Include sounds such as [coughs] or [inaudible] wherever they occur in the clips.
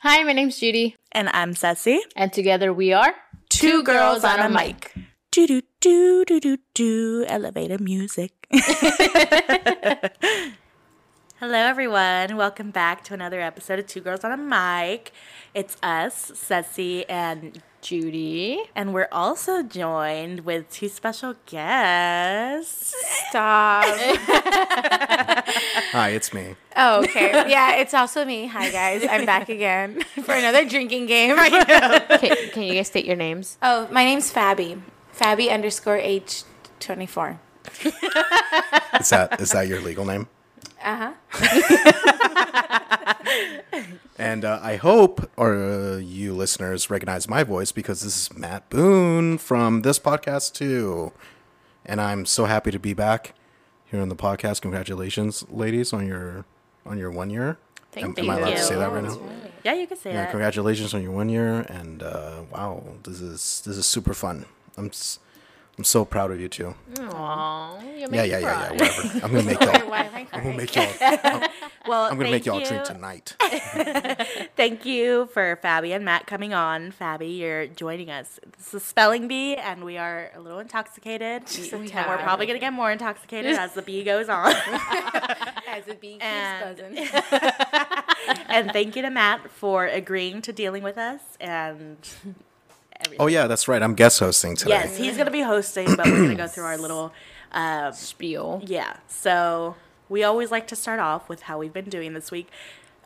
Hi, my name's Judy, And I'm Sassy. and together we are Two Girls on a Mic. Do do do do do do. Elevator music. [laughs] Hello, everyone. Welcome back to another episode of Two Girls on a Mic. It's us, Sassy, and Judy. and we're also joined with two special guests. Stop. Hi, it's me. Oh, [laughs] okay. Yeah, it's also me. Hi, guys. I'm [laughs] back again for another drinking [laughs] game. Can, can you guys state your names? Oh, my name's Fabby. Fabby underscore H24. Is that is that your legal name? Uh-huh. [laughs] And uh, I hope or uh, you listeners recognize my voice because this is Matt Boone from this podcast too. And I'm so happy to be back here on the podcast. Congratulations, ladies, on your on your one year. am, am I allowed you. to say that right now? Yeah, you can say Yeah, that. congratulations on your one year, and uh, wow, this is this is super fun. I'm s- I'm so proud of you two. Aww, you Yeah, yeah, yeah, yeah. Whatever. I'm gonna make [laughs] y'all. Why am I I'm gonna crying? make y'all. I'm Well, gonna make thank y'all you. [laughs] drink tonight. Thank you for Fabi and Matt coming on. Fabi, you're joining us. This is Spelling Bee, and we are a little intoxicated. We- a and we're tad. probably going to get more [laughs] intoxicated as the bee goes on. [laughs] As a bee keeps And- buzzing. and thank you to Matt for agreeing to dealing with us. And Oh yeah, that's right. I'm guest hosting today. yes, he's going to be hosting, but we're going to go [clears throat] through our little, uh, Spiel. yeah. So we always like to start off with how we've been doing this week.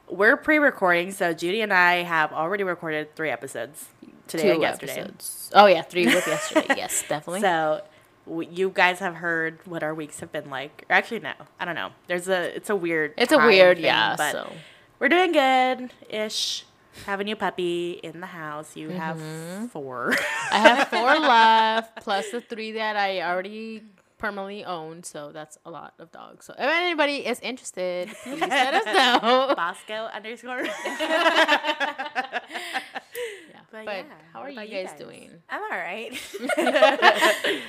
We're pre recording, so Judy and I have already recorded three episodes today and Two yesterday. episodes. Oh yeah, three with [laughs] yesterday. Yes, definitely. So w- you guys have heard what our weeks have been like. Or actually, no, I don't know. There's a it's a weird. it's a time weird, thing, yeah. But So we're doing good ish. Have a new puppy in the house. You Mm-hmm. have four. [laughs] I have four left, plus the three that I already permanently own. So that's a lot of dogs. So if anybody is interested, please let us [laughs] know. Bosco underscore. [laughs] Yeah. But But, yeah, how what are you guys, about you guys? doing? [laughs] I'm all right.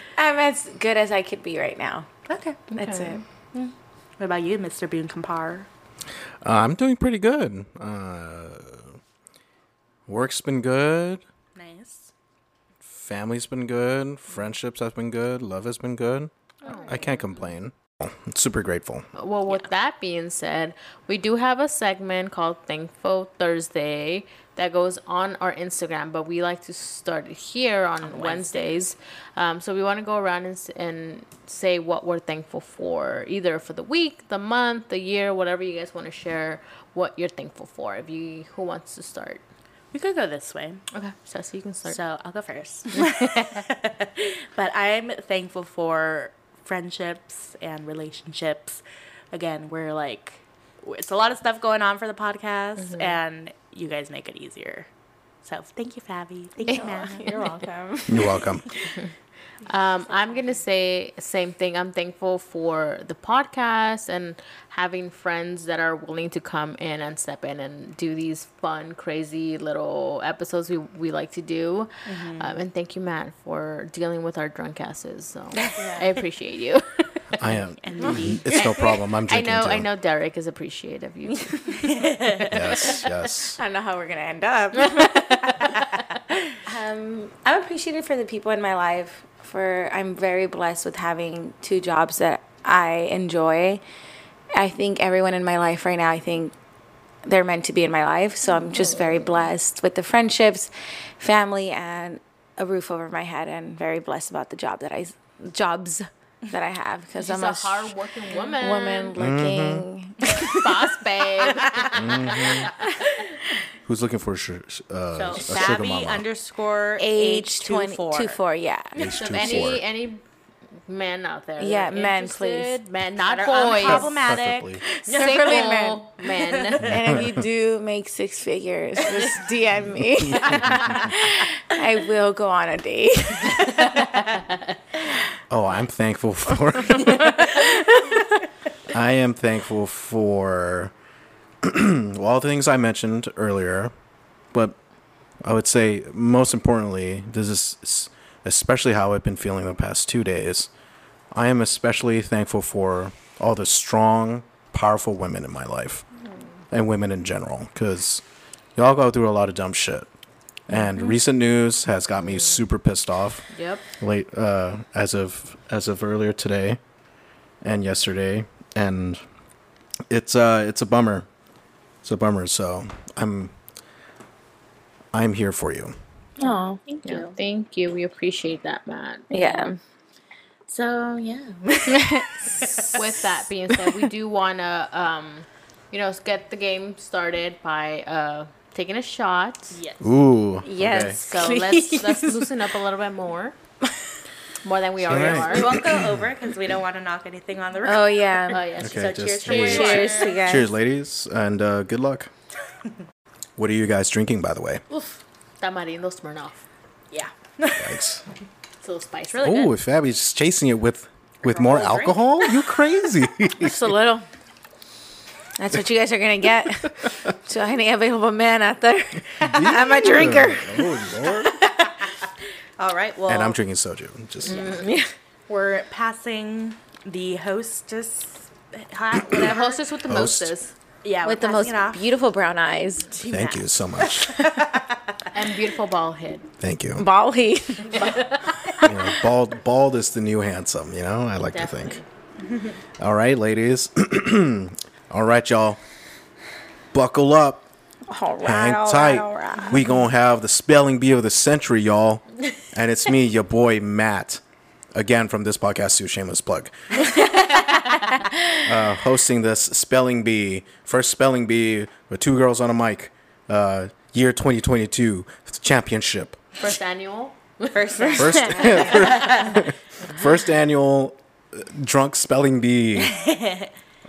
[laughs] I'm as good as I could be right now. Okay. That's it. what about you, Mr. Boone Compar? Uh, I'm doing pretty good. Uh, work's been good. Nice. Family's been good. Friendships have been good. Love has been good. I can't complain. I'm super grateful. Well, with that being said, we do have a segment called Thankful Thursday that goes on our Instagram, but we like to start it here on, Wednesdays. Um, so we want to go around and, s- and say what we're thankful for, either for the week, the month, the year, whatever you guys want to share, what you're thankful for. If you, who wants to start? We could go this way. Okay, Sassy, you can start. So I'll go first. [laughs] [laughs] but I'm thankful for friendships and relationships. Again, we're like, it's a lot of stuff going on for the podcast, Mm-hmm. and you guys make it easier. So thank you, Fabi. Thank [laughs] you, Matt. You're welcome. [laughs] You're welcome. Um, I'm gonna say same thing. I'm thankful for the podcast and having friends that are willing to come in and step in and do these fun, crazy little episodes we, we like to do. Um, and thank you, Matt, for dealing with our drunk asses. [laughs] So I appreciate [laughs] you. I am. It's no problem. [laughs] I'm I drinking know, too. I know, Derek is appreciative. You, too. [laughs] Yes, yes. I don't know how we're gonna end up. [laughs] um, I'm appreciative for the people in my life. For I'm very blessed with having two jobs that I enjoy. I think everyone in my life right now, I think they're meant to be in my life. So I'm just very blessed with the friendships, family, and a roof over my head, and very blessed about the job that I jobs that I have because she's I'm a a hard hardworking woman, woman looking. [laughs] boss [laughs] babe. Who's looking for a, su- So uh, a sugar Fabi mama? underscore Age age 20, 24. 24, yeah. H So two if any four. any men out there, that Yeah, are men, please. interested, men, not That are boys. unproblematic. Perfectly. [laughs] Separately single men. And if you do make six figures, just DM me. [laughs] I will go on a date. Oh, I'm thankful for. [laughs] I am thankful for [clears throat] well, all the things I mentioned earlier, but I would say most importantly, this is s- especially how I've been feeling the past two days. I am especially thankful for all the strong, powerful women in my life and women in general because Y'all go through a lot of dumb shit. And recent news has got me super pissed off. [laughs] Yep. Late uh, as of as of earlier today and yesterday, and it's uh it's a bummer. It's a bummer. So I'm I'm here for you. Oh. Thank Yeah, Thank you. We appreciate that, Matt. Yeah. So yeah. [laughs] With that being said, we do want to, um, you know, get the game started by uh, taking a shot. yes. Ooh. okay. Yes. So let's let's loosen up a little bit more, more than we already Alright. We are. won't go over because we don't want to knock anything on the record. Oh Oh yeah. yes. Okay, so just cheers for cheers. you. Cheers to you guys. Cheers, ladies, and uh, [laughs] good luck. what are you guys drinking, by the way? Tamarindo Smirnoff. Yeah. Thanks. It's a little spicy. really Oh, if Abby's chasing it with with more Girl, drink. alcohol, you crazy. Just a little. That's what you guys are gonna [laughs] get. So any available man out there, [laughs] I'm a drinker. oh lord. All right. Well, And I'm drinking soju. Just we're passing the hostess hat, whatever. [coughs] Hostess with the Host. mostest yeah, With the we're most passing it off beautiful brown eyes, to thank Matt. you so much. and beautiful bald head. Thank you. ball [laughs] heat. You know, bald bald is the new handsome, you know? I like to Definitely. think. All right, ladies. [clears throat] All right, y'all. Buckle up. All right, Hang all right, tight. all right. We gonna have the spelling bee of the century, y'all. And it's me, your boy Matt. Again from this podcast too, shameless [laughs] plug. uh, hosting this spelling bee, first spelling bee with two girls on a mic. Uh, year 2022 championship. First annual. First, first [laughs] First, [laughs] first annual uh, drunk spelling [laughs] bee.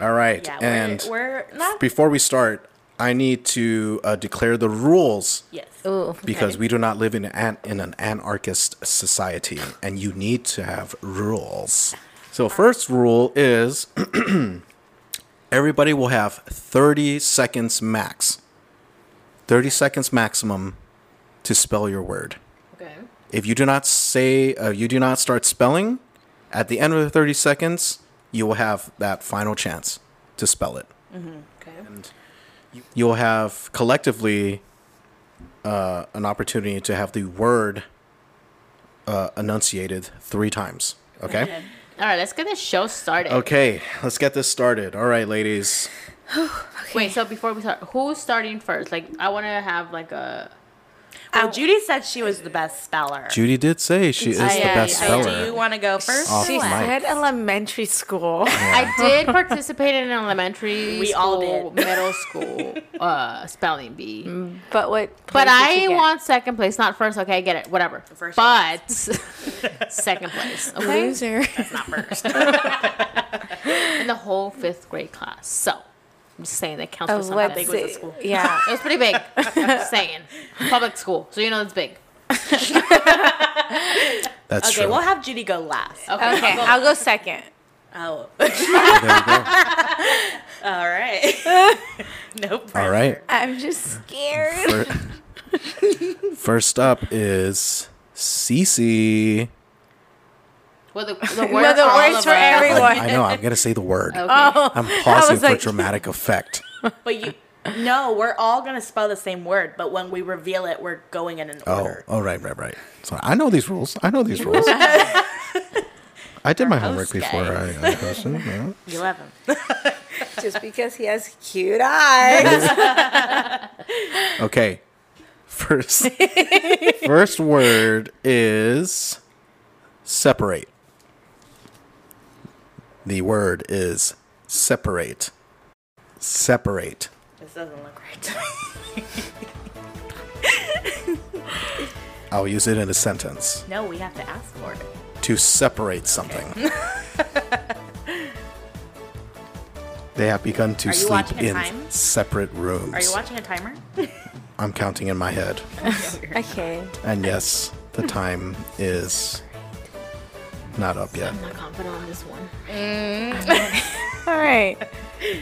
All right, yeah, and we're, we're not. before we start, I need to uh, declare the rules yes. Uh, Ooh. because we do not live in an in an anarchist society, and you need to have rules. So, first rule is [clears throat] everybody will have thirty seconds max, thirty seconds maximum to spell your word. Okay. If you do not say, uh, you do not start spelling, at the end of the 30 seconds, you will have that final chance to spell it. Okay. You'll have collectively uh, an opportunity to have the word uh, enunciated three times. Okay? All right. Let's get this show started. Okay, let's get this started. All right, ladies. Wait. So before we start, who's starting first? Like, I want to have like a. Well, Judy said she was the best speller. Judy did say she is the yeah, best yeah. so speller. do you want to go first? Off or She mic. what? said elementary school. [laughs] I [laughs] did participate in an elementary. We school, all [laughs] did. Middle school uh, spelling bee. But Mm-hmm. what? But place did I you get? want second place, not first. Okay, I get it. Whatever. First but [laughs] second [laughs] place. Okay. loser. Not first. In the whole fifth grade class. So I'm just saying that counts for Oh, something. let's It was the see. school? [laughs] Yeah. was pretty big. I'm just saying. Public school. So you know it's big. That's okay, true. we'll have Judy go last. Okay. Okay, I'll go second. Oh, There you go. all right. [laughs] no pressure. [laughs] All right. I'm just scared. Fir- [laughs] First up is Cece. Well, the, the words, Well, the for all words of for us. [laughs] everyone. I, I know. I'm gonna say the word. Okay. I'm pausing was for like- dramatic [laughs] effect. But you, no, we're all gonna spell the same word. But when we reveal it, we're going in an Oh, order. oh, right, right, right. So I know these rules. I know [laughs] these rules. I did my homework host before I, I hosted. yeah. You love him. [laughs] just because he has cute eyes. Okay. [laughs] First, first word is separate. The word is separate. Separate. This doesn't look right. [laughs] to me. I'll use it in a sentence. No, we have to ask for it. to separate something. [laughs] they have begun to Are you sleep watching a in time? separate rooms. Are you watching a timer? I'm counting in my head. [laughs] okay. And yes, the time is not up yet. [laughs] I'm not confident on this one. All right. I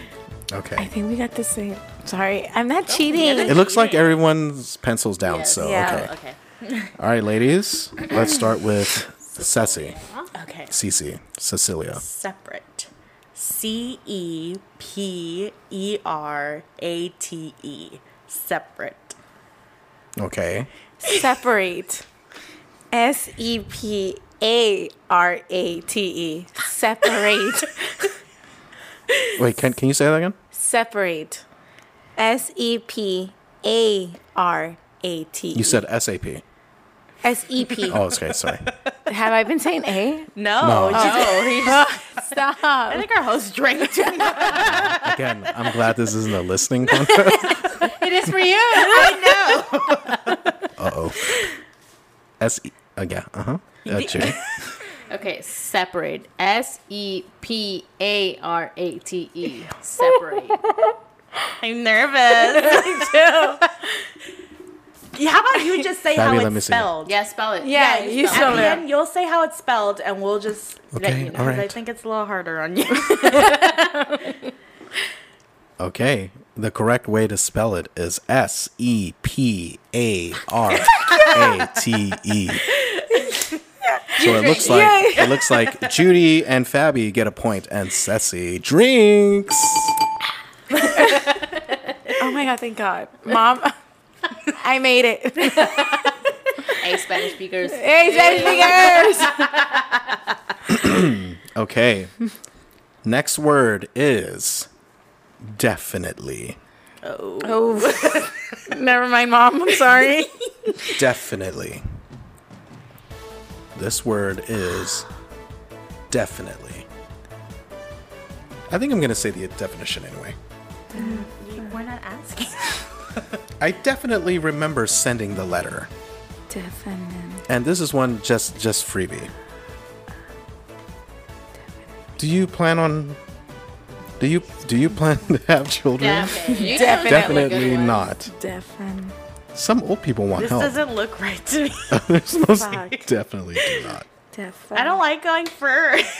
Okay. think we got the same. Sorry, I'm not cheating. It looks like everyone's pencils down, Yes. so Yeah. okay. Okay. [laughs] All right, ladies, let's start with Ceci. Okay. Cece, Cecilia. Separate. C E P E R A T E. Separate. Okay. [laughs] Separate. S E P A R A T E. [laughs] Separate. Wait, can can you say that again? Separate. S E P A R A T. You said SAP. S E P. Oh, [laughs] okay, sorry. Have I been saying A? No, no. No. he just- I [laughs] Stop. think our host drank too [laughs] much. Again, I'm glad this isn't a listening podcast. It is for [laughs] you. I know. Uh oh. S E. Uh, yeah. Uh huh. Okay. Okay, separate. S E P A R A T E. [laughs] Separate. I'm [laughs] nervous. Yeah, how about you just say Fabby, how let me it's see. spelled? Yeah, spell it. Yeah, you At spell the [laughs] it. end, you'll say how it's spelled, and we'll just let Okay, you know. all 'cause I right. think it's a little harder on you. Okay. The correct way to spell it is S E P A R A T E. So it looks like it looks like Judy and Fabby get a point, and Ceci drinks. Oh my God, thank God. Mom, [laughs] I made [laughs] it. Hey, Spanish [laughs] speakers. Hey, Spanish speakers. Okay. Next word is definitely. Oh. Never mind, Mom. I'm sorry. Definitely. This word is definitely. I think I'm going to say the definition anyway. [laughs] We're not [laughs] asking. I definitely remember sending the letter. [laughs] Definitely. And this is one just just freebie. Do you plan on Do you do you plan to have children? [laughs] Definitely. You chose that one, Definitely good one. not. Definitely. Some old people want This help. [laughs] doesn't look right to me. They're supposed to- Fuck. definitely do not. Definitely. I don't like going first. [laughs]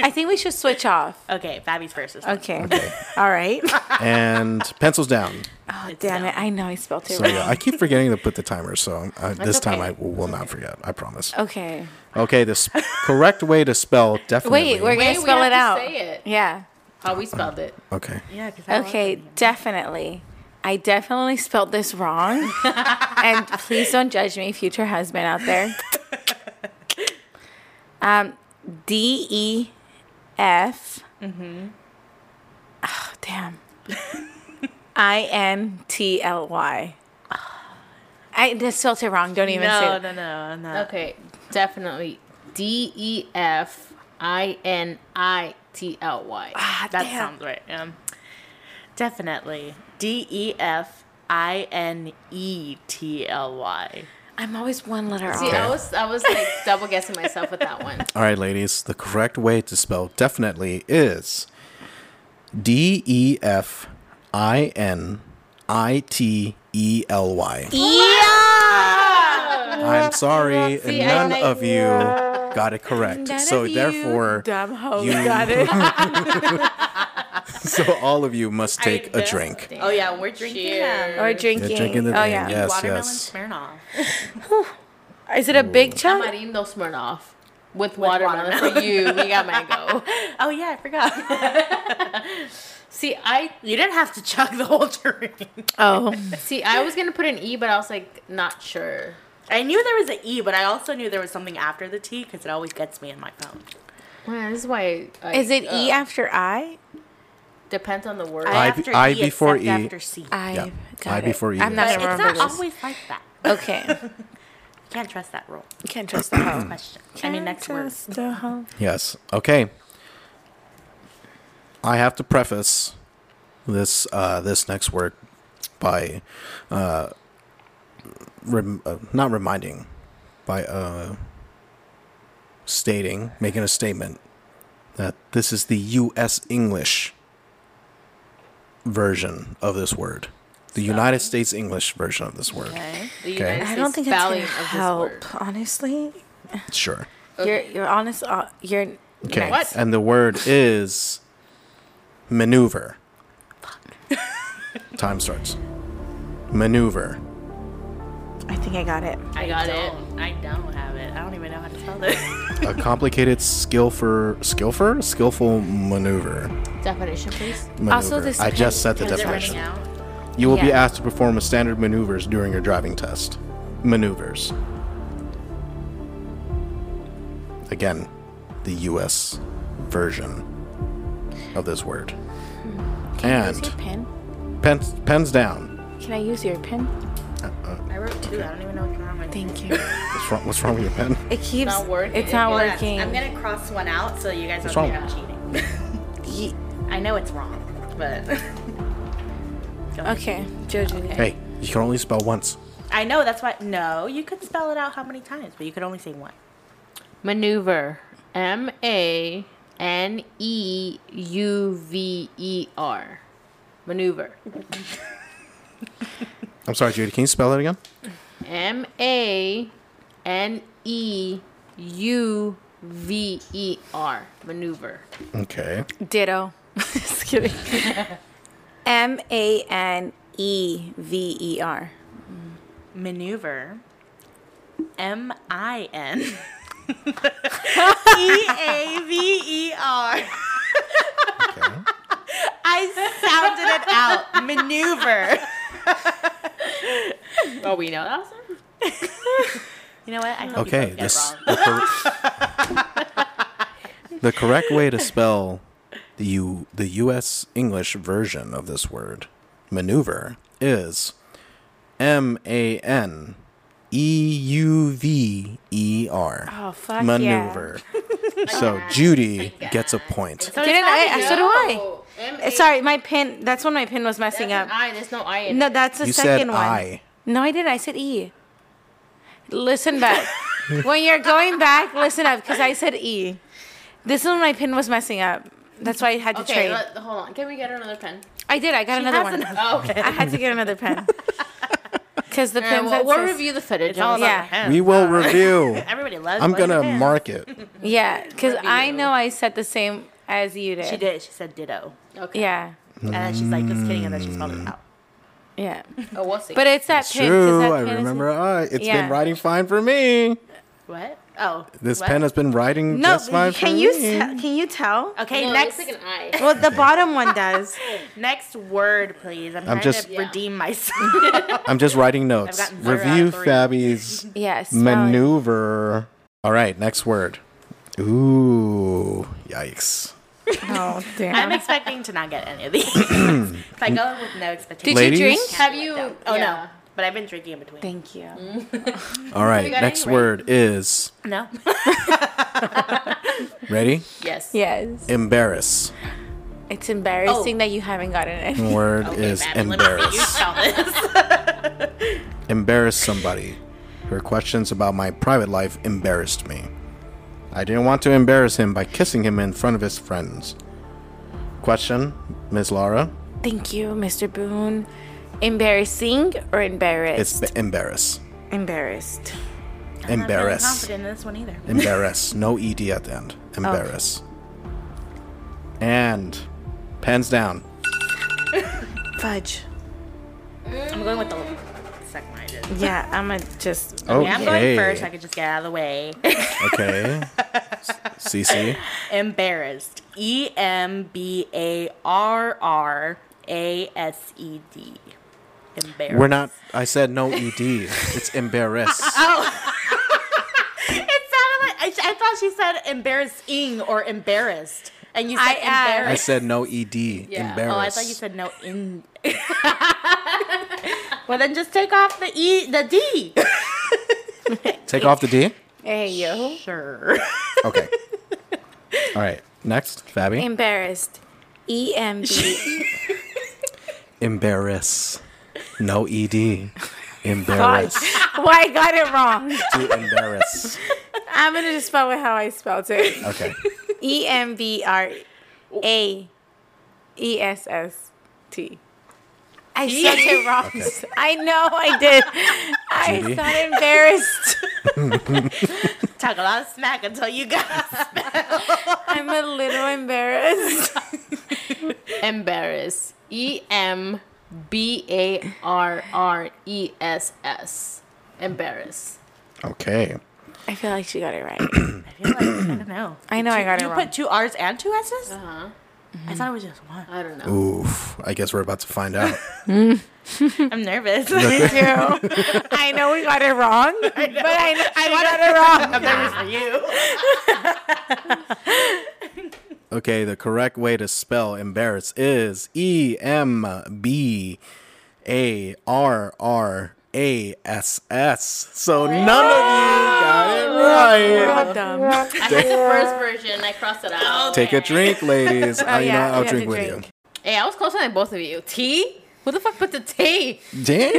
I think we should switch off. okay, Fabby's first. This time. Okay. [laughs] All right. And pencils down. Oh, damn it. I know I spelled it So wrong. yeah, I keep forgetting to put the timer. So uh, this time okay. I will not forget. I promise. Okay. Okay, the s correct way to spell definitely. Wait, we're going Wait, to we spell have to it out. say it. Yeah. How we spelled it. okay. Yeah, 'cause I don't like Okay, it. definitely. I definitely spelled this [laughs] wrong. and please don't judge me, future husband out there. Um, D E F. Mm-hmm. Oh, damn. I N T L Y. I just spelled it wrong. Don't even say No, it. no, no, I'm not. Okay, definitely. D E F I N I T L Y. Ah, That damn. sounds right. Um, definitely. D E F I N E T L Y. I'm always one letter See, off. I was I was like double guessing myself with that [laughs] one. All right, ladies. The correct way to spell definitely is D E F I N I T E L Y. I'm sorry, See, I none like- of you got it correct. None so of you therefore, dumb hoe you- got it. so all of you must take a guess- drink. Oh, yeah, we're drinking them. or You're drinking. drinking the oh drink. yeah. Yes, Watermelon yes. Smirnoff. Is it a big chunk? Tamarindo Smirnoff with, watermelon. watermelon. for you. We [laughs] got mango. Oh, yeah, I forgot. [laughs] See, I you didn't have to chug the whole [laughs] drink. Oh. see. I was gonna put an E, but I was like not sure. I knew there was an E, but I also knew there was something after the T because it always gets me in my phone. Man, this is why. I, Is it uh, E after I? Depends on the word. I- after I E, before except E. After C. I Yeah. got I it. before E. I'm not but gonna it's remember not this. always like that. [laughs] okay. Can't trust that rule. Can't trust the Mm. hoe. Question. I mean, next word. Trust the hoe. Yes. Okay. I have to preface this uh, this next word by uh, rem- uh, not reminding, by uh, stating, making a statement that this is the U.S. English version of this word, the United States English version of this word. Okay. the okay. United I States don't think that's spelling gonna of this word. help. Honestly, Sure. you're you're honest. Uh, you're Okay. nice. What? [laughs] And the word is maneuver. Time starts. Maneuver. I think I got it. I got it. Don't. I don't have it. I don't even know how to spell this. A complicated skill for skill for skillful maneuver. Definition, please. maneuver. this I just said the depends- definition. out. You will be Yeah. asked to perform a standard maneuvers during your driving test. Maneuvers. Again, the US version of this word. Use And your pen. pens, pens down. Uh, Can I use your pen? I wrote two. I don't even know what's wrong with Thank you. What's wrong, what's wrong with your pen? It keeps. not working. It's not Hold working. I'm gonna cross one out so you guys don't wrong? think I'm cheating. Ye- [laughs] I know it's wrong, but okay, Jojo. Hey, you can only spell once. I know that's why. No, you could spell it out how many times, but you could only say one. Maneuver. M A N E U V E R. Maneuver. I'm sorry, Judy. Can you spell it again? M A N E U V E R. Maneuver. Okay. [laughs] Ditto. [laughs] Just kidding. M A N E V E R. Maneuver. M I N. E A V E R. okay. I sounded it out. Maneuver. Oh, we know that. sir? You know what? I hope Okay, You both this Get it the, [laughs] cor- the correct way to spell the U, the U.S. English version of this word maneuver is M A N E U V E R. Oh, fuck yeah. [laughs] maneuver. so Judy gets a point. wrong. Didn't I? So do I. No. M Uh, A- Sorry, my pin. That's when my pin was messing That's an up. I. There's no I in No, that's the You said second one. I. No, I didn't. I said E. Listen [laughs] back. when you're going back, listen up because I said E. This is when my pin was messing up. That's why I had to Okay, trade. let, hold on. Can we get another pen? I did. I got another has one. another- Oh, okay. I had to get another pen because the Alright, pins. well, that we'll says- review the footage. It's all about Yeah. the pen. We Oh. [laughs] will review. Everybody loves. I'm Blazer gonna pens. mark it. Yeah, because I know I said the same as you did. She did. She said ditto, okay. Yeah, and then she's like, "Just kidding," and then she spelled it out. yeah. Oh, we'll see. But it's that pin. 'cause True, that I pin is- remember. I. It's Yeah. been writing fine for me. What? Oh, This what? pen has been writing No, just fine for can you me. tell, can you tell? Okay, no, next It looks like an I. Well, the bottom one does. next word, please. I'm, trying just- to Yeah. redeem myself. [laughs] I'm just writing notes. gotten zero out of Review three. Fabi's Yes. maneuver. All right, next word. Ooh, yikes. Oh I'm damn. expecting to not get any of these. [clears throat] if I go in with no expectation, Did you Ladies? drink? Have you? oh yeah. no, but I've been drinking in between. Thank you. All right, got next any right? word is [laughs] No, ready? Yes. Yes. Embarrass. Oh. It's embarrassing that you haven't gotten it. Word is Babby, let me see you [laughs] embarrass. spell this. Embarrass somebody. Her questions about my private life embarrassed me. I didn't want to embarrass him by kissing him in front of his friends. Question, Ms. Laura. Thank you, Mr. Boone. Embarrassing or It's embarrassed? b- embarrass. embarrassed. I'm not Embarrass. confident in this one either. [laughs] Embarrass. No ed at the end. Embarrass. And pens down. Fudge. I'm going with the second one I did. Yeah, I'm gonna just. Okay. Yeah, I'm going first. I could just get out of the [laughs] way. [laughs] okay. CC. embarrassed. E M B A R R A S E D. Embarrassed. We're not. I said no ed. [laughs] It's embarrass. It sounded like I, I thought she said embarrassing or embarrassed, and you said I add- I embarrassed. said no ed. Embarrass. oh, I thought you said no in. [laughs] well, then just take off the e, the d. Take off the d. Hey yo. [laughs] Sure. Okay. [laughs] All right. Next, Fabi. Embarrassed. E M B. embarrass. No ed. Fudge. [laughs] Embarrass. Why I got it wrong? to embarrass. I'm gonna just spell it how I spelled [laughs] it. Okay. E M B R A E S S T. I said it wrong. Okay. [laughs] I know I did. I Judy? sound embarrassed. Talk a lot of smack until you got. I'm a little embarrassed. Embarrass. E M B A R R E S S. Embarrass. Okay. I feel like she got it right. I feel like I don't [clears throat] know. Uh-huh. I know I got it You wrong. put two R's and two S's? Mm-hmm. Uh huh. I thought it was just one. I don't know. Oof. I guess we're about to find out. I'm nervous. Me too. [laughs] I know we got it wrong, but [laughs] I, I got it wrong. I'm nervous for you. [laughs] Okay, the correct way to spell embarrass is E M B A R R A S S. So none of you got it right. [laughs] Dumb. I had the first version. I crossed it out. Take a drink, ladies. I, you know, yeah, I'll we have drink to with drink. Hey, I was closer than both of you. Tea? Who the fuck put the tea? you. Damn.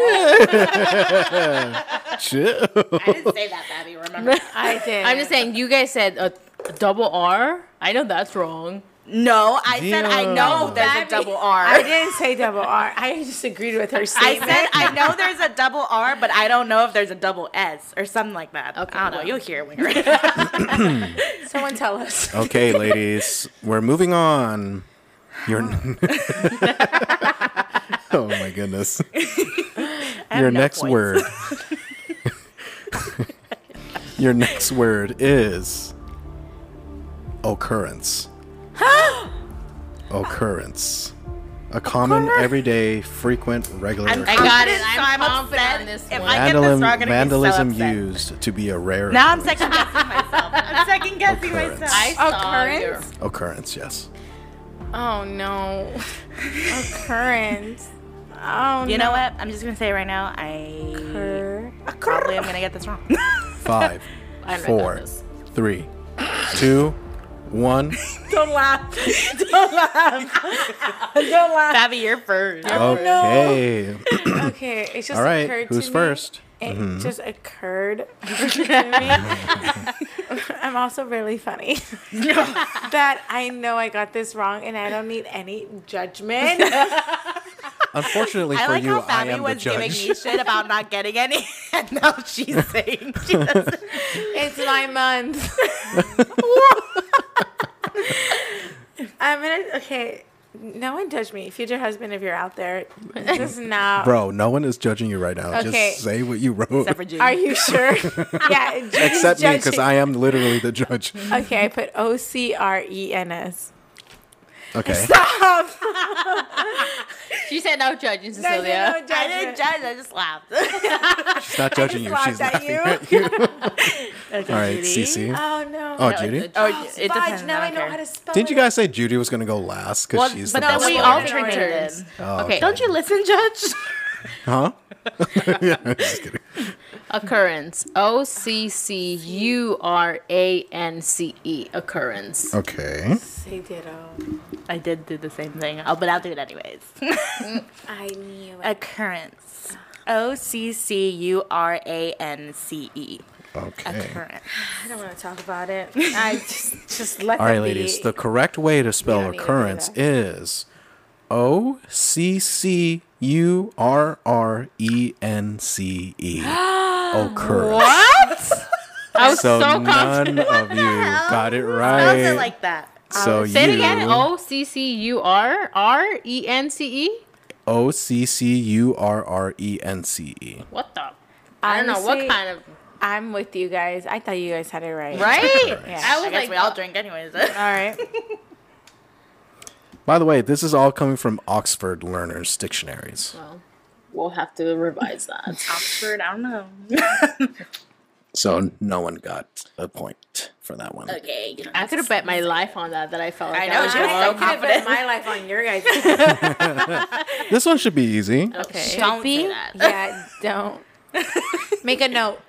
Chill. I didn't say that, Babby. Remember? I did. I'm just saying, you guys said a double R. I know that's wrong. [laughs] No, I said I know Yeah. there's Babby, a double R. I I didn't say double R. I just agreed with [laughs] her statement. said I know there's a double R, but I don't know if there's a double S or something like that. Okay, I don't well. know. You'll [laughs] hear it when you're ready. Someone tell us. Okay, ladies, we're moving on. Your [laughs] oh my [laughs] goodness. Your no next points. [laughs] word. Your next word is occurrence. occurrence. A common, everyday, frequent, regular. I'm- I got it. Confident, so I'm I'm confident upset. on this If one. I get this wrong, I'm gonna be so vandalism upset. used to be a rare now I'm second guessing myself. [laughs] I'm second guessing Occurrence. myself. I Oh, saw your [laughs] Occurrence? occurrence. Yes. Oh no. Occurrence. Oh you no. know what? I'm just gonna say it right now. I [laughs] Occur- probably am gonna get this wrong. [laughs] Five, I don't know four, about this. three, two, [laughs] one. Don't laugh. Don't laugh. Don't laugh. Babby, you're first. Okay. Okay, it just Oh, All right. occurred Who's to me. first? It Mm-hmm. just occurred [laughs] to me. [laughs] I'm also really funny. [laughs] that I know I got this wrong and I don't need any [laughs] judgment. Unfortunately [laughs] I for like you, how I Fabi am the was giving judge. me shit about not getting any, [laughs] and now she's [laughs] saying she doesn't. it's my month. [laughs] I'm gonna okay. No one judge me, future husband. If you're out [laughs] there, this is not. [laughs] Bro, no one is judging you right now. Okay. Just say what you wrote. [laughs] Except for Judy. Are you sure? yeah. Judy's Except me, because judging. I am literally [laughs] the judge. Okay, I put O C R E N S. [laughs] Okay. She said no judging, No, no, Cecilia. no, I didn't judgment. judge. I just [laughs] laughed. She's not judging you. laughed She's at laughing you. at you. [laughs] [laughs] Okay, All right, Judy. Um, Cece. Oh no. Oh, No, Judy. it's a- Oh, Oh, it fudge, depends. Now I, don't know care. how to spell. Didn't you it. guys say Judy was going to go last because she's the but then best we one? all player. turned it in. Oh, okay. Don't you listen, Judge? [laughs] Huh? [laughs] yeah, I'm just kidding. Occurrence. O C C U R A N C E. Occurrence. Okay. Say ditto. I did do the same thing, oh, but I'll do it anyways. I knew [laughs] it. Occurrence. O C C U R A N C E. Okay. Occurrence. I don't want to talk about it. [laughs] I just just let. All right, that ladies. be. The correct way to You spell don't need to do occurrence that. is O C C U R R E N C E. Occurrence. What? [laughs] I was So so, confident. none of you got it How's it right. like that? so Say it again. Oh. you O C C U R R E N C E. O C C U R R E N C E. What the? I don't know Honestly, what kind of I'm with you guys. I thought you guys had it right. right. Yeah. I [laughs] I, was guess like, we all drink anyways. [laughs] All right. [laughs] By the way, this is all coming from Oxford Learners Dictionaries. Well, we'll have to revise that. Oxford, I don't know. So no one got a point for that one. Okay. You know. [laughs] I could have bet my life on that. That I felt. Like I know, was she was wrong. so confident. my life on your guys. [laughs] This one should be easy. Okay. Don't Be- say that. Yeah, [laughs] don't. Make a note.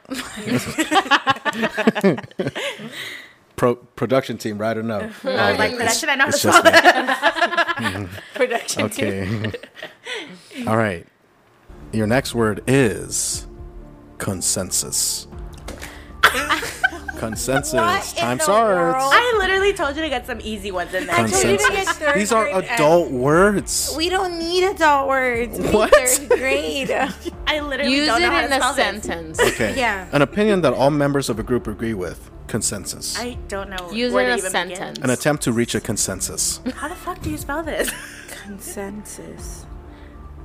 Pro- production team, right or no? Oh, I was like, yeah, but I it's- should I know how to it's spell just me. that? Production team. Okay. [laughs] all right. Your next word is [laughs] consensus. consensus. in Times the are. world? I literally told you to get some easy ones in there. told you to get Consensus. third These are grade ed. adult words. We don't need adult words. We [laughs] What? Third [laughs] grade. [laughs] I literally Use don't it know how in to spell a this. sentence. Okay. Yeah. An opinion that all members of a group agree with. Consensus. I don't know. Use where it to in a even begin. sentence. An attempt to reach [laughs] a consensus. How the fuck do you [laughs] spell this? Consensus.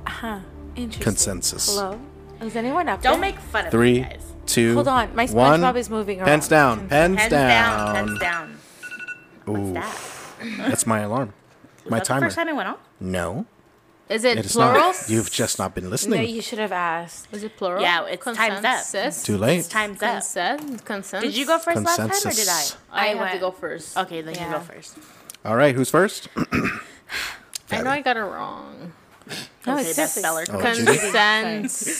Huh. Interesting. Consensus. Hello. Is anyone up Don't there? make fun of me, Three, guys. two, Hold on, my one. SpongeBob is moving around. Pens down. Pens, Pens down. down. Pens down. Ooh, That. That's my alarm. [laughs] My That's the timer. first time it went on. No. Is it, It is plural? not. You've just not been No, listening. you should have asked. Is it plural? Yeah, it's time's up. Consensus? Too late. It's time's up. Consent? Consent? Did you go first last time or did Consensus. I? I, have went- to go first. Okay, then you Yeah. go first. All right, who's first? I know I got it wrong. No, Okay, that's stellar. Oh, Judy.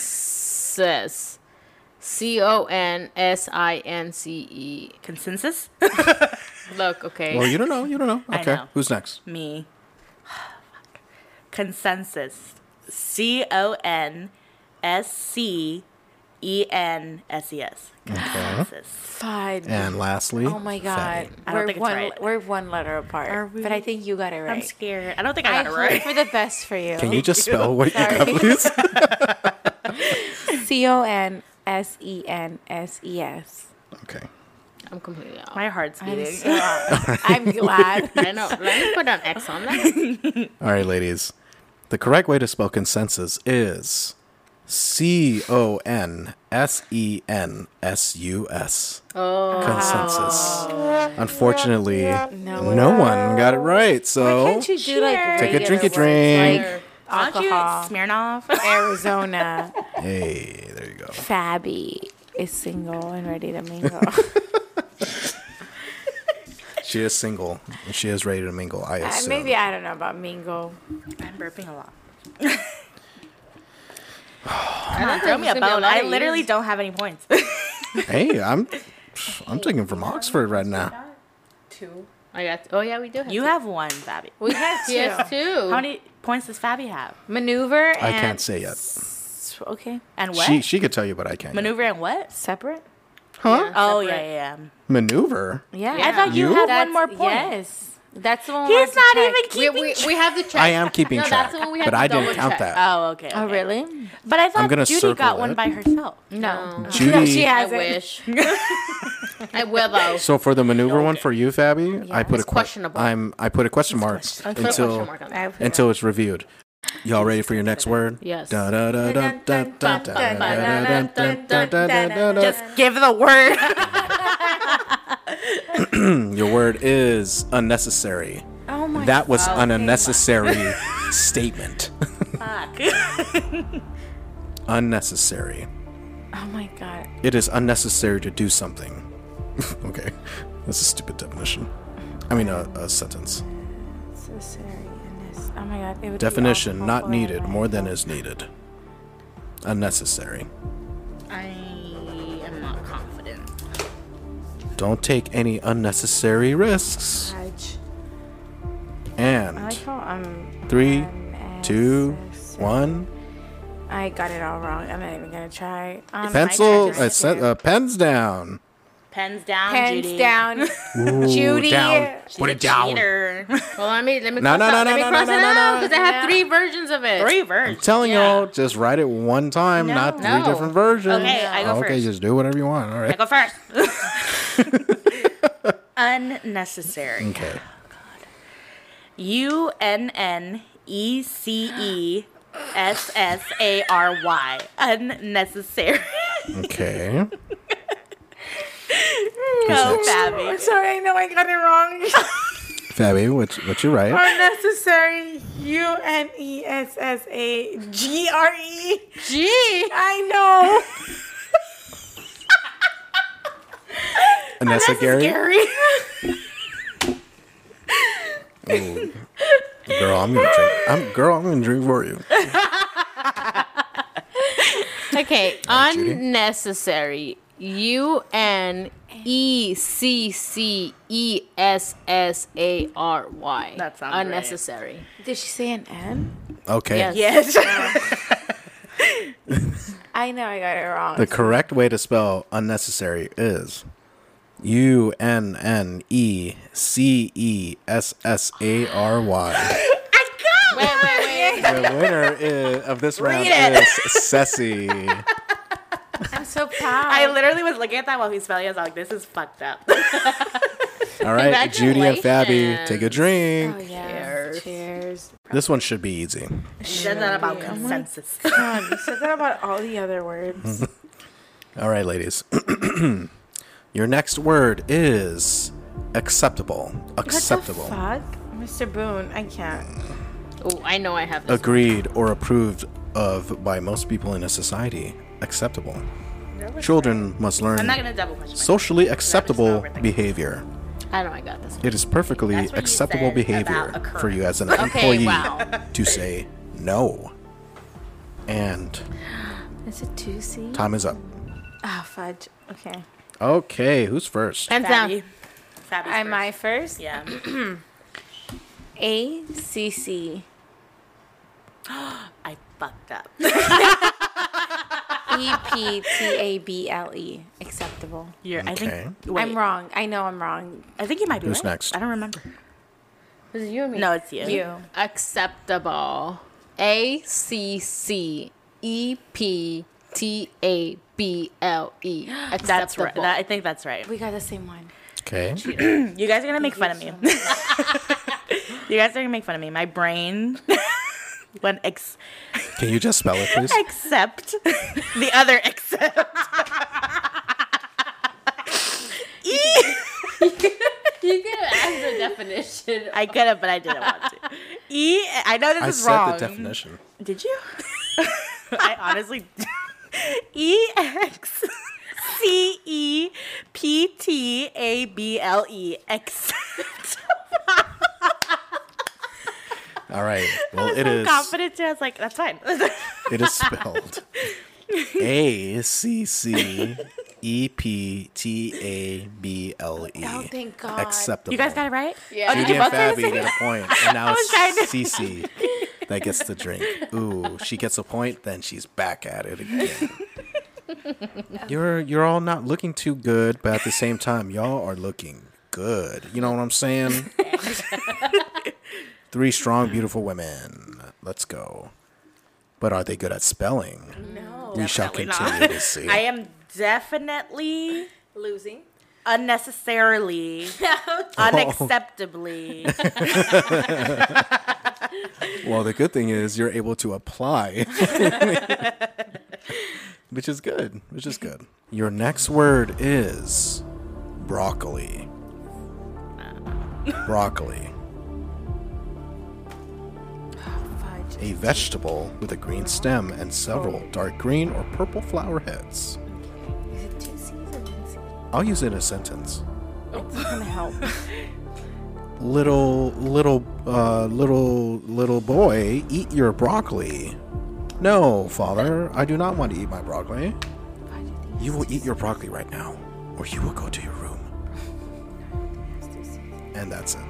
Consensus. C O N S I N C E. Consensus? Look, okay. Well, you don't know. You don't know. I Okay, know. who's next? Me. [sighs] Fuck. Consensus. C O N S C E N S E S. Consensus. Fine. And lastly, Oh my god. I don't we're think it's one right. we're one letter apart. But I think you got it I'm right. scared. I don't think I I got hope it right. for the best for you. Can you just spell what you got, Sorry. [laughs] please? C O N S E N S E S. okay. I'm completely off. [laughs] My heart's I'm beating. [laughs] so off. [laughs] I'm glad. I know. Let me put an X on that. All right, ladies. The correct way to spell consensus is C O N S E N S U S. Oh. Consensus. Unfortunately, no No one. got it right. So Can't you do like Take a regular drink, a words, drink. like Aren't you [laughs] alcohol? Smirnoff? [laughs] Arizona. hey, there you go. Fabby is single and ready to [laughs] mingle. She is single. and She is ready to mingle. I Uh, assume. Maybe I don't know about mingle. I'm burping a lot. I don't think Throw me a there's gonna be bone. lot I of literally years. don't have any [laughs] points. hey, I'm. I'm taking from Oxford right now. Two. I got. Oh yeah, we do. Have you to. have one, Fabi. We had two. Yes, two. How many points does Fabi have? Maneuver. And I can't say yet. s- Okay. And what? She she could tell you, but I can't. yet. Maneuver and what? Separate. Huh? Oh yeah, separate. yeah, yeah. Maneuver. Yeah. I thought you, You? had That's- one more point. Yes. That's the one. He's not I had to even check. We, keeping. we, we have to check. [laughs] I am keeping No, that's track, the one we had but to I didn't double count check. that. oh okay. Oh okay. really? But I thought gonna Judy circle got it. one by herself. No. Judy. she I hasn't. wish. [laughs] I will though. So for the maneuver one for you, Fabi, I put It's a que- questionable. I'm I put a question mark Put [laughs] a question until mark on that. I- until it's reviewed. Y'all ready for your next word? Yes. Da da da da da da da da da da da da da da. Just [laughs] give the word. Your word is unnecessary. Oh my. That was an unnecessary [laughs] statement. [laughs] Unnecessary. Oh my god. It is unnecessary to do something. [laughs] okay, that's a stupid definition. I mean, a, a sentence. So sorry. and this- Oh my god. It would be Definition awful not for needed my- more than is needed. Unnecessary. I am not confident. Don't take any unnecessary risks. Fudge. I And thought um. three, two, unnecessary. one. I got it all wrong. I'm not even gonna try. Um, Pencil, I got uh, it sen- too. uh, pens down. Pens down, Pens Judy. [laughs] down. Ooh, Judy. down. She's Put it down. I'm [laughs] Cheater. Well, let me let me No, cross no, out- no, let me no, no, cross no, it no, out no. because I have No. three versions of it. Three versions. telling yeah. y'all, just write it one time, not three No. different versions. Okay, I go okay, first. just do whatever you want. All I right. go first. [laughs] [laughs] Unnecessary. Okay. U N N E C E S S A R Y. Unnecessary. [laughs] Okay. No, next? Fabi. I'm sorry. I know I got it wrong. Fabi, what what you write? Unnecessary. U N E S S A G R E. Gee. I know. Anessa Gary. Gary. Ooh. Girl, I'm gonna drink. I'm girl, I'm gonna drink [laughs] for you. [laughs] Okay. Judy. Unnecessary. U N E C C E S S A R Y. That sounds right. unnecessary. Did she say an N? Okay. Yes. Yes. I know I got it wrong. The correct way to spell unnecessary is U N N E C E S S A [laughs] R Y. Wait, wait, wait. The winner is, of this round it. is [laughs] Ceci. I'm [laughs] so proud. I literally was looking at that while he was spelling. it. I was like, this is fucked [laughs] up. All right, Judy and Fabi, Congratulations. take a drink. oh, yes. Cheers. Cheers. This one should be easy. Said that about consensus. God, you said that about all the other Mm-hmm. words. All right, ladies. [clears throat] Your next word is acceptable. What the Acceptable. fuck? Mr. Boone, I can't. Oh, I know I have this. agreed or approved of by most people in a society acceptable. Children must I'm learn not gonna double question. myself. socially acceptable overthinking. behavior. I know I got this. It is perfectly That's what you acceptable said behavior about a for you as an Okay, employee wow. to say no. And Is it juicy? time is up. Ah, fudge. Okay. Okay, who's first? Hands Fabby. down. Fabby's Am I first. first? Yeah. A C C I fucked up. E P T A B L E. Acceptable. [laughs] You're, I Okay. think. Wait, I'm wrong. I know I'm wrong. I think you might be Who's right. next? I don't remember. Is it you or me? No, it's you. You. acceptable. A C C E P T A B L E. Acceptable. That's right. That, I think that's right. We got the same one. Okay. You guys are gonna make fun of me. [laughs] you guys are gonna make fun of me. My brain [laughs] went ex- Can you just spell it, [laughs] please? except the other except. [laughs] E- [laughs] you could have asked the [laughs] definition. I could have, but I didn't want to. E. I know this I is said wrong. the definition. Did you? [laughs] I honestly. [laughs] E X C E P T A B L E accept. All [laughs] right. Well, [laughs] it I'm is. confident too. I was like, that's fine. [laughs] It is spelled A C C E P T A B L E. Oh, thank God. Acceptable. you guys got it right? Yeah. Oh, did Judy you and both say the Fabi same? get a [laughs] point, and now was trying to- it's [laughs] Cece that gets the drink. Ooh, she gets a point, then she's back at it [laughs] again. You're you're all not looking too good, but at the same time, y'all are looking good. You know what [laughs] I'm saying? Three strong, beautiful women. Let's go. But are they good at spelling? No. We shall Definitely not. continue to [laughs] see. I am definitely Losing. [laughs] unnecessarily, Oh. [laughs] unacceptably. Well, the good thing is you're able to apply, [laughs] which is good. Which is good. Your next word is [laughs] broccoli. Broccoli, Fudge. a vegetable with a green stem and several dark green or purple flower heads. Is it two C's or one C? I'll use it in a sentence. It's not gonna help. Little, little, uh, little, little boy, eat your broccoli. No, father, I do not want to eat my broccoli. Fudge, I think You will eat your broccoli right now, or you will go to your room. it's two C's. And that's it.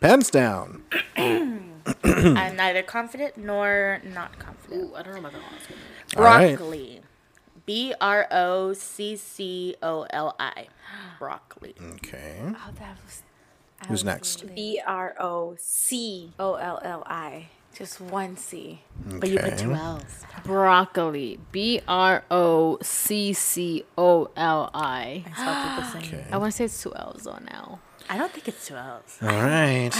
Pens down. I'm neither confident nor not confident. Ooh, I don't know about that one. All right. Broccoli. B R O C C O L I. Broccoli. Mm. Okay. Oh, that was. I Who's was next? really- B R O C O L L I. Just one C. But you put two Okay. L's. Broccoli. B R O C C O L I. I saw people saying. I want to say it's two L's on now. I don't think it's two L's. All right.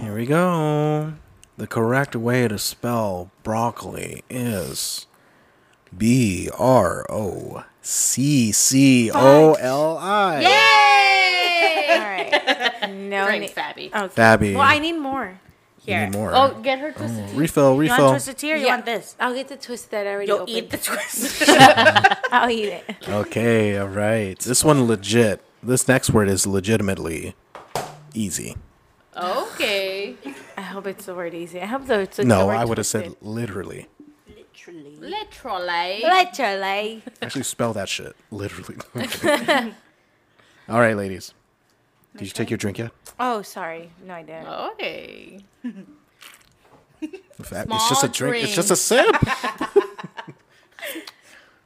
Here we go. The correct way to spell broccoli is B R O C C O L I. Yay! All [laughs] right. No. Drink, ne- Fabby. Okay. Fabby. Well, I need more. you Here. need more. Oh, get her twisted. refill, You want refill. twisted tea or you Yeah. want this? I'll get the twist that I already You'll opened. eat the twist. [laughs] I'll eat it. Okay, all right. This one legit. This next word is legitimately easy. Okay. I hope it's the word easy. I hope the it's the No, word I would have said twisted. literally. Literally. Literally. literally. Actually, spell that shit. Literally. [laughs] Okay. All right, ladies. Did you take your drink yet? Oh, sorry. No, I didn't. Okay. In fact, it's just Small a drink. It's just a sip.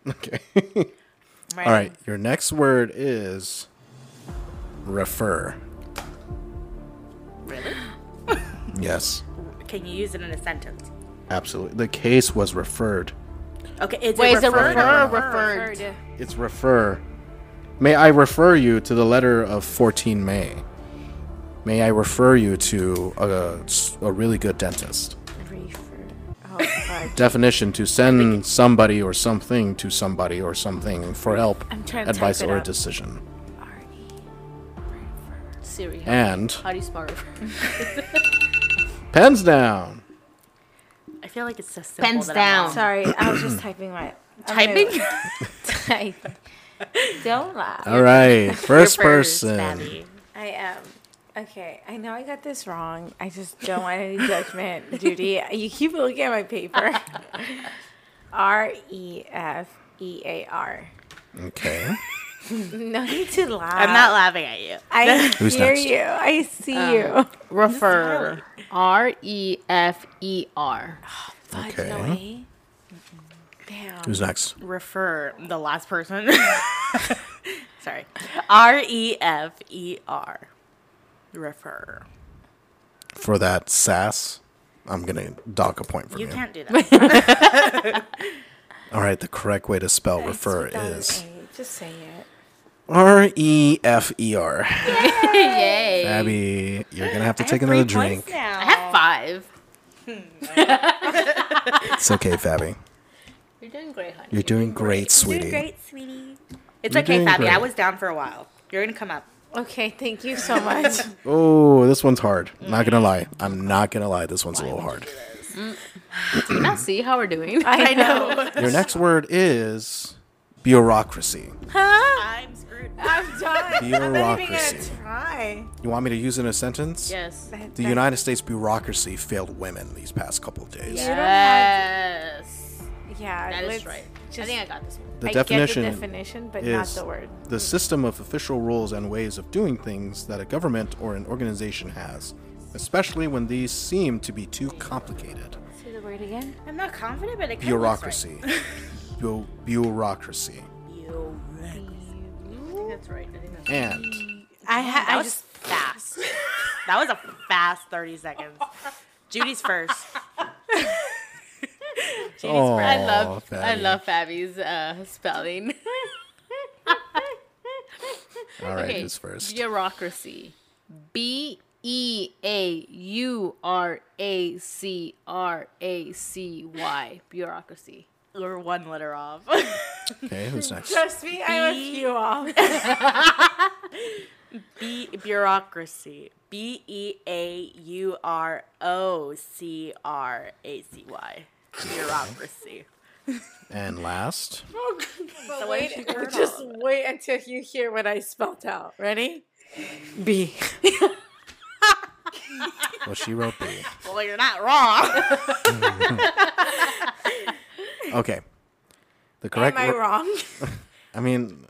okay. Right. All right. Your next word is refer. Really? Yes, Can you use it in a sentence? absolutely. The case was referred. Okay, is Wait, it is it referred? refer or Heard. referred? It's refer. May I refer you to the letter of 14 May? May I refer you to a, a really good dentist? Refer. Oh, fuck. definition to send somebody or something to somebody or something for help, I'm trying to type advice, it or up. decision. R-E. Siri. And How do you spell refer? Pens down. I feel like it's just Pens pens down. down. Sorry, I was [clears throat] just typing my [laughs] Typing. Okay, type. Don't laugh. All [laughs] right. First Your purse, person. Maddie. I am. Okay, I know I got this wrong. I just don't want any [laughs] judgment, Judy. You keep looking at my paper. R E F E A R. Okay. No need to laugh. I'm not laughing at you. I Who's hear next? you. I see Um, you. Refer. R E F E R. Okay. No way. Damn. Who's next? Refer the last [laughs] person. Sorry. R E F E R. Refer. For that sass, I'm going to dock a point for You you. can't [laughs] do that. All right. The correct way to spell refer It's without is an A. Just say it. R E F E R. Yay. Abby, you're going to have to take Three another points drink. I now. have five. It's okay, Fabby. You're doing great, honey. You're doing great, sweetie. You're great, sweetie. It's You're okay, doing Fabi. I great. was down for a while. You're gonna come up. Okay, thank you [laughs] so much. Oh, this one's hard. Not going to lie. I'm not going to lie. This one's a little hard. Do you not see how we're doing? I [laughs] know. Your next word is bureaucracy. I'm [laughs] screwed. I'm done. Bureaucracy. Try. You want me to use it in a sentence? yes. The United States bureaucracy failed women these past couple of days. don't have Yes. Yeah, That is let's- right. I just- think [laughs] I got this one. The I definition get the definition, but not is the word. Hmm. the system of official rules and ways of doing things that a government or an organization has, especially when these seem to be too complicated. Say the word again. I'm not confident, but it kinda looks Bureaucracy. [laughs] Bu- bureaucracy. Right. Bureaucracy. I think that's right. I think that's And I ha- That I was just [laughs] fast. that was a fast 30 seconds. Judy's first. [laughs] oh, I love I love Fabi's uh, [laughs] spelling. All right, who's first? Bureaucracy. B E A U R A C R A C Y. Bureaucracy. We're one letter off. [laughs] Okay, [laughs] who's next? Trust me, I left you off. B bureaucracy. B E A U R O C R A C Y. Bureaucracy. And last. But wait, [laughs] just wait until you hear what I spelled out. Ready? B. Well, she wrote B. [laughs] Well, you're not wrong. Okay. The correct. Am I wor- wrong? I mean,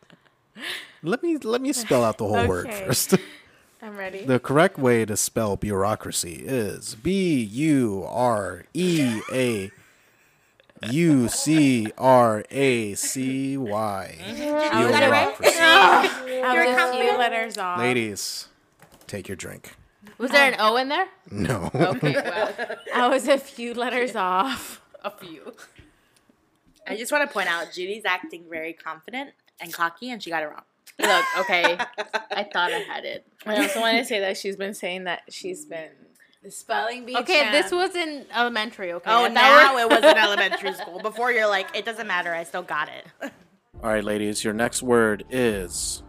let me let me spell out the whole word Okay. first. [laughs] I'm ready. The correct way to spell bureaucracy is B U R E A U C R A C Y. Bureaucracy. I was a few letters off. Ladies, take your drink. Was there an O in there? No. [laughs] Okay, well, I was a few letters off. a few. [laughs] I just want to point out Judy's acting very confident and cocky, and she got it wrong. Look, okay. I thought [laughs] I had it. [laughs] I also want to say [laughs] that she's been saying that she's been the spelling bee. Okay, champ. this was in elementary, okay? Oh, I thought now we- it [laughs] was in elementary school. Before you're like, it doesn't matter. I still got it. [laughs] All right, ladies, your next word is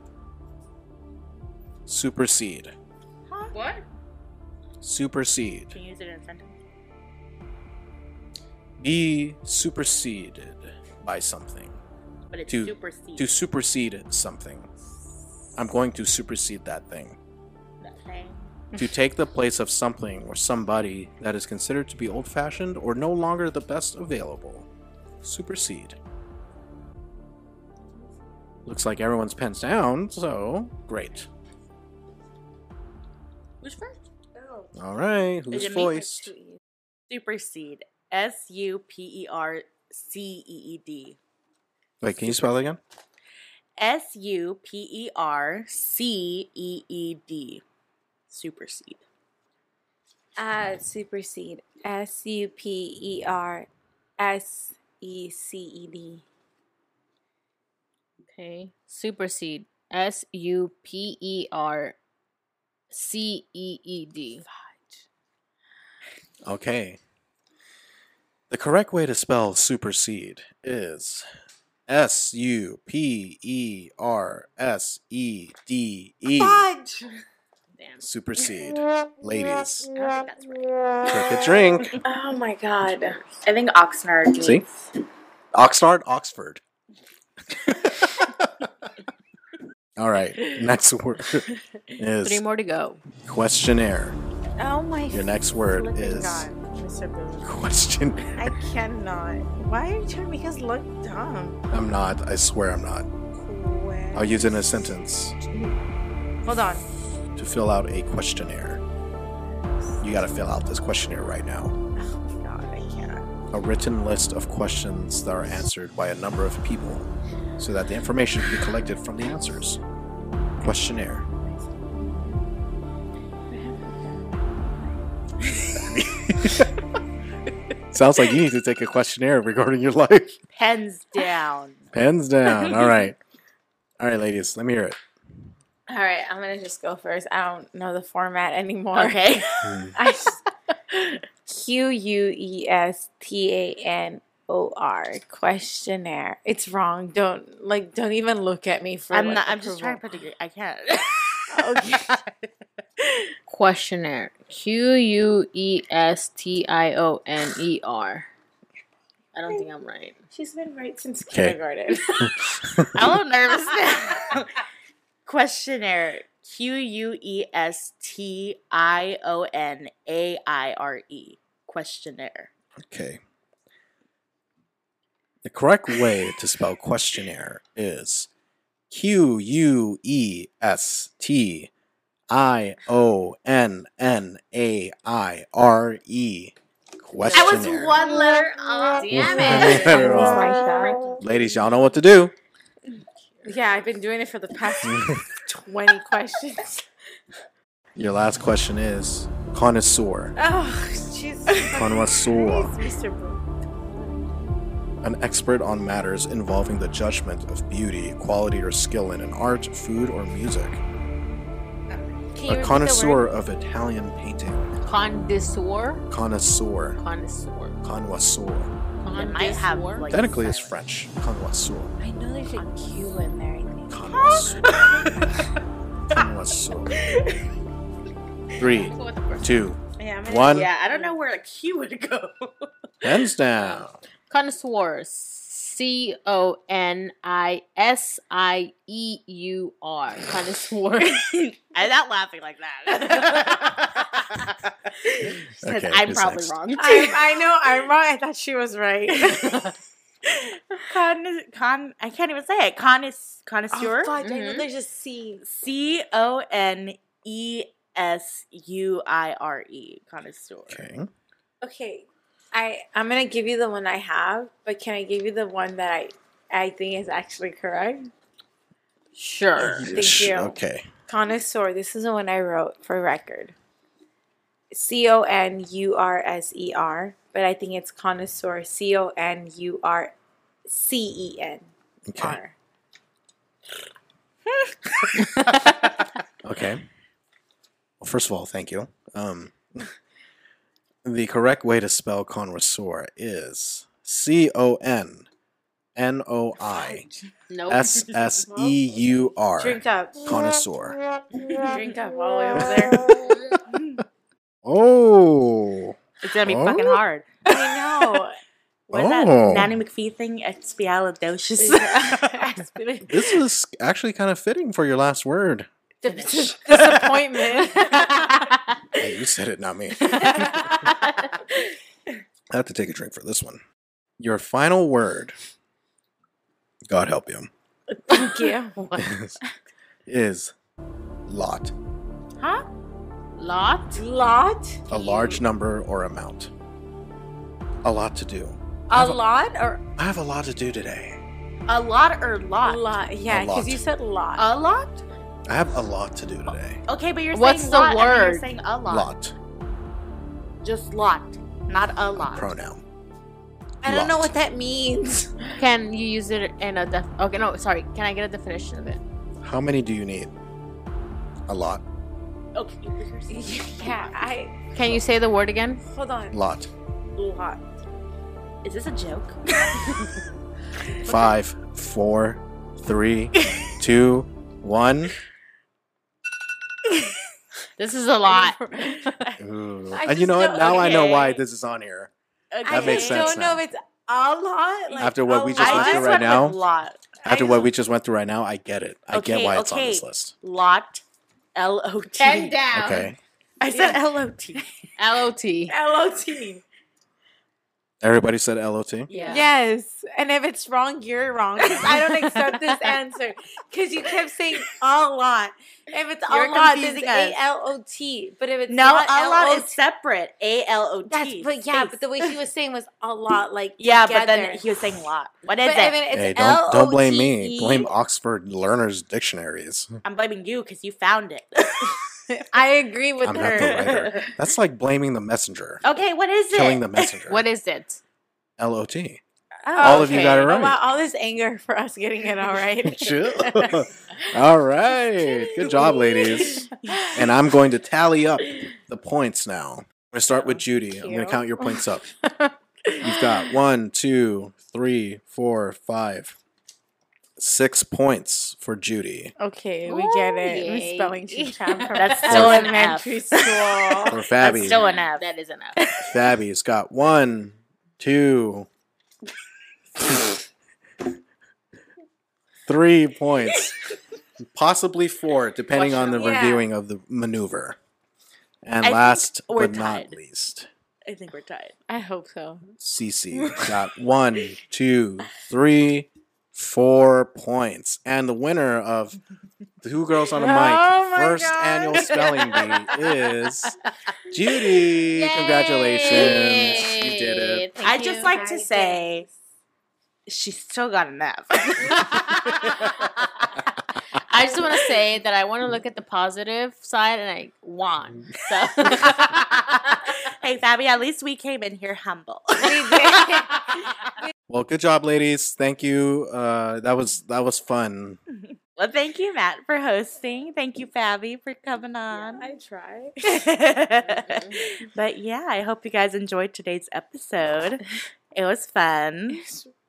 supersede. What? Supersede. Can you use it in a sentence? Be superseded by something. But it's To- supersede. To supersede something. I'm going to supersede that thing. that thing. to take the place of something or somebody that is considered to be old fashioned or no longer the best available. Supersede. Looks like everyone's pens down, so great. Who's first? Oh. All right, who's it me? voiced? Supersede. S U P E R C E E D. Wait, can you spell that again? S U P E R C E E D. Supersede. Uh, supersede. S U P E R S E C E D. Okay. Supersede. S U P E R C E E D. Okay. The correct way to spell supersede is S U P E R S E D E. damn. Supersede. Ladies, I don't think that's right. take a drink. [laughs] Oh my god. I think Oxnard. Means, See? Oxnard, [laughs] Oxford. All right. Next [laughs] word Three is more to go. questionnaire. Oh my Your next word flipping is God, Mr. Boone. questionnaire. [laughs] I cannot. Why are you trying to make us look dumb? I'm not. I swear I'm not. Where? I'll use it in a sentence Hold on. to fill out a questionnaire. You got to fill out this questionnaire right now. Oh my god, I can't. a written list of questions that are answered by a number of people so that the information can be collected from the answers. Questionnaire. Sounds like you need to take a questionnaire regarding your life. Pens [laughs] down. Pens down. All right. All right, ladies, let me hear it. All right, I'm gonna just go first. I don't know the format anymore. Okay. [laughs] I [laughs] Q U E S T A N O R questionnaire. It's wrong. Don't like. Don't even look at me for. I'm like, not. I'm just trying to approval. put the. I can't. [laughs] Questionnaire. Q U E S T I O N E R. I don't think I'm [laughs] right. She's been right since 'Kay. kindergarten. I'm a little nervous [laughs] now. [laughs] Questionnaire. Q U E S T I O N A I R E. Questionnaire. Okay. The correct way to spell questionnaire is Q U E S T I O N N A I R E. I was Questionnaire. one letter off. Damn [laughs] One it. [laughs] letter off. Ladies, y'all know what to do. [laughs] yeah, I've been doing it for the past twenty questions. Your last question is connoisseur. Oh, Jesus. Connoisseur. Mr. Boone. an expert on matters involving the judgment of beauty, quality, or skill in an art, food, or music. A connoisseur of Italian painting. Condissor. Connoisseur. Condissor. Connoisseur. It might have Condissor. like Technically, it's silent- French. Connoisseur. I know there's a Q in there. I think. [laughs] Connoisseur. Connoisseur. Three, two, Yeah, I'm gonna- one. Yeah, I don't know where a Q would go. Hands down. Connoisseur. C O N I S I E U R. [laughs] Connoisseur. [laughs] I'm not laughing like that. Because Okay, I'm who's probably next? wrong. I, I know. I'm wrong. I thought she was [laughs] right. [laughs] con, con, I can't even say it. Connois, Oh, connoisseur. God, I Mm-hmm. know Mhm. there's a C. C O N E S U I R E. Connoisseur. Okay. Okay, I I'm gonna give you the one I have, but can I give you the one that I I think is actually correct? sure. Yes, you. Okay. Connoisseur. This is the one I wrote for record. C O N U R S E R, but I think it's connoisseur. C O N U R C E N Okay. R. Okay. Well, first of all, thank you. Um, the correct way to spell connoisseur is C O N N O I Nope. S S E U R. Drink up. Connoisseur. Drink up all the way over there. Oh. It's gonna be Oh. fucking hard. I know. [laughs] What's Oh. that Nanny McPhee thing? [laughs] Expialidocious. [laughs] This is actually kind of fitting for your last word. Disappointment. Hey, you said it, not me. I have to take a drink for this one. Your final word. God help you. Thank you. [laughs] Is, is lot. [laughs] huh? Lot. Lot? A large number or amount. A lot to do. I A have a- lot or I have a lot to do today. A lot or a lot? lot? Yeah, lot. because you said lot. A lot? I have a lot to do today. Okay, but you're What's saying the lot, I mean, word? you're saying a lot. Lot. Just lot, not a lot. Pronoun. I don't know lot. what that means. Can you use it in a def? Okay, no, sorry. Can I get a definition of it? How many do you need? A lot. Okay. you're saying- [laughs] yeah, I Can you say the word again? hold on. Lot. Lot. [laughs] Is this a joke? Five, four, [laughs] three, two, one. This is a [laughs] lot. Ooh. I And you just know what? don't- Now I know why okay. this is on here. I That makes just sense don't now. know if it's A lot. Like, After what a we just lot? went I through just right went now, with lot. after what we just went through right now, I get it. I get Okay, why it's on this okay. list. Lot. L O T. [laughs] Ten down. Okay. I said L O T. L O T. LOT. Everybody said LOT. Yeah. Yes. And if it's wrong, you're wrong. 'cause I don't accept [laughs] this answer because you kept saying a lot. If it's You're a lot, there's confusing us. A L O T. But if it's No, not a lot is LOT, separate. A L O T. that's but yeah. But the way he was saying was [laughs] a lot. Like yeah, but together. then he was saying lot. What is But it? I mean, it's Hey, don't don't blame me. LOTE. Blame E. Oxford Learners Dictionaries. I'm blaming you because you found it. I agree with I'm not the her. writer. That's like blaming the messenger, [laughs] okay, what Oh, is it? killing the messenger. [laughs] What is it? LOT? [laughs] Oh, All of you got it Oh, wow, right. all this anger for us getting it all [laughs] right. [laughs] Chill. All right. [laughs] Good job, ladies. And I'm going to tally up the points now. I'm going to start with Judy. I'm going Cute. to count your [laughs] points up. You've got one, two, three, four, five, six points for Judy. Okay, we get Ooh, it. yay. We're spelling chit chat [laughs] from [laughs] That's still an elementary F. school. For That's Fabi. still an F. That is enough. Fabby's got one, two, three points, possibly four, depending on the Yeah. reviewing of the maneuver. And I think last we're but not tied. least, I think we're tied. I hope so. Cece got one, two, three, four points. And the winner of Two Girls on a Mic Oh my first God. annual spelling bee is Judy. Congratulations. You did it. Thank I'd just you. like to say she's still got [laughs] an F. [laughs] I just want to say that I want to look at the positive side, and I won. [laughs] So. hey, Fabi, at least we came in here humble. [laughs] Well, good job, ladies. Thank you. Uh, that was that was fun. well, thank you, Matt, for hosting. Thank you, Fabi, for coming on. try. [laughs] but yeah, I hope you guys enjoyed today's episode. It was fun.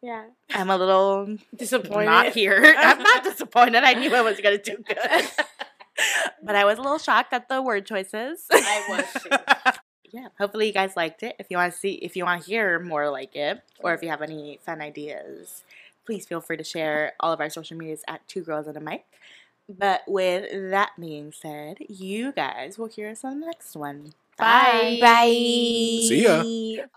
Yeah. I'm a little Disappointed. not here. [laughs] I'm not disappointed. I knew I was gonna do [laughs] good. but I was a little shocked at the word choices. [laughs] I was too. yeah. Hopefully you guys liked it. If you wanna see if you wanna hear more like it, or if you have any fun ideas, please feel free to share all of our social medias at two girls and a mic. But with that being said, you guys will hear us on the next one. Bye. Bye. See ya.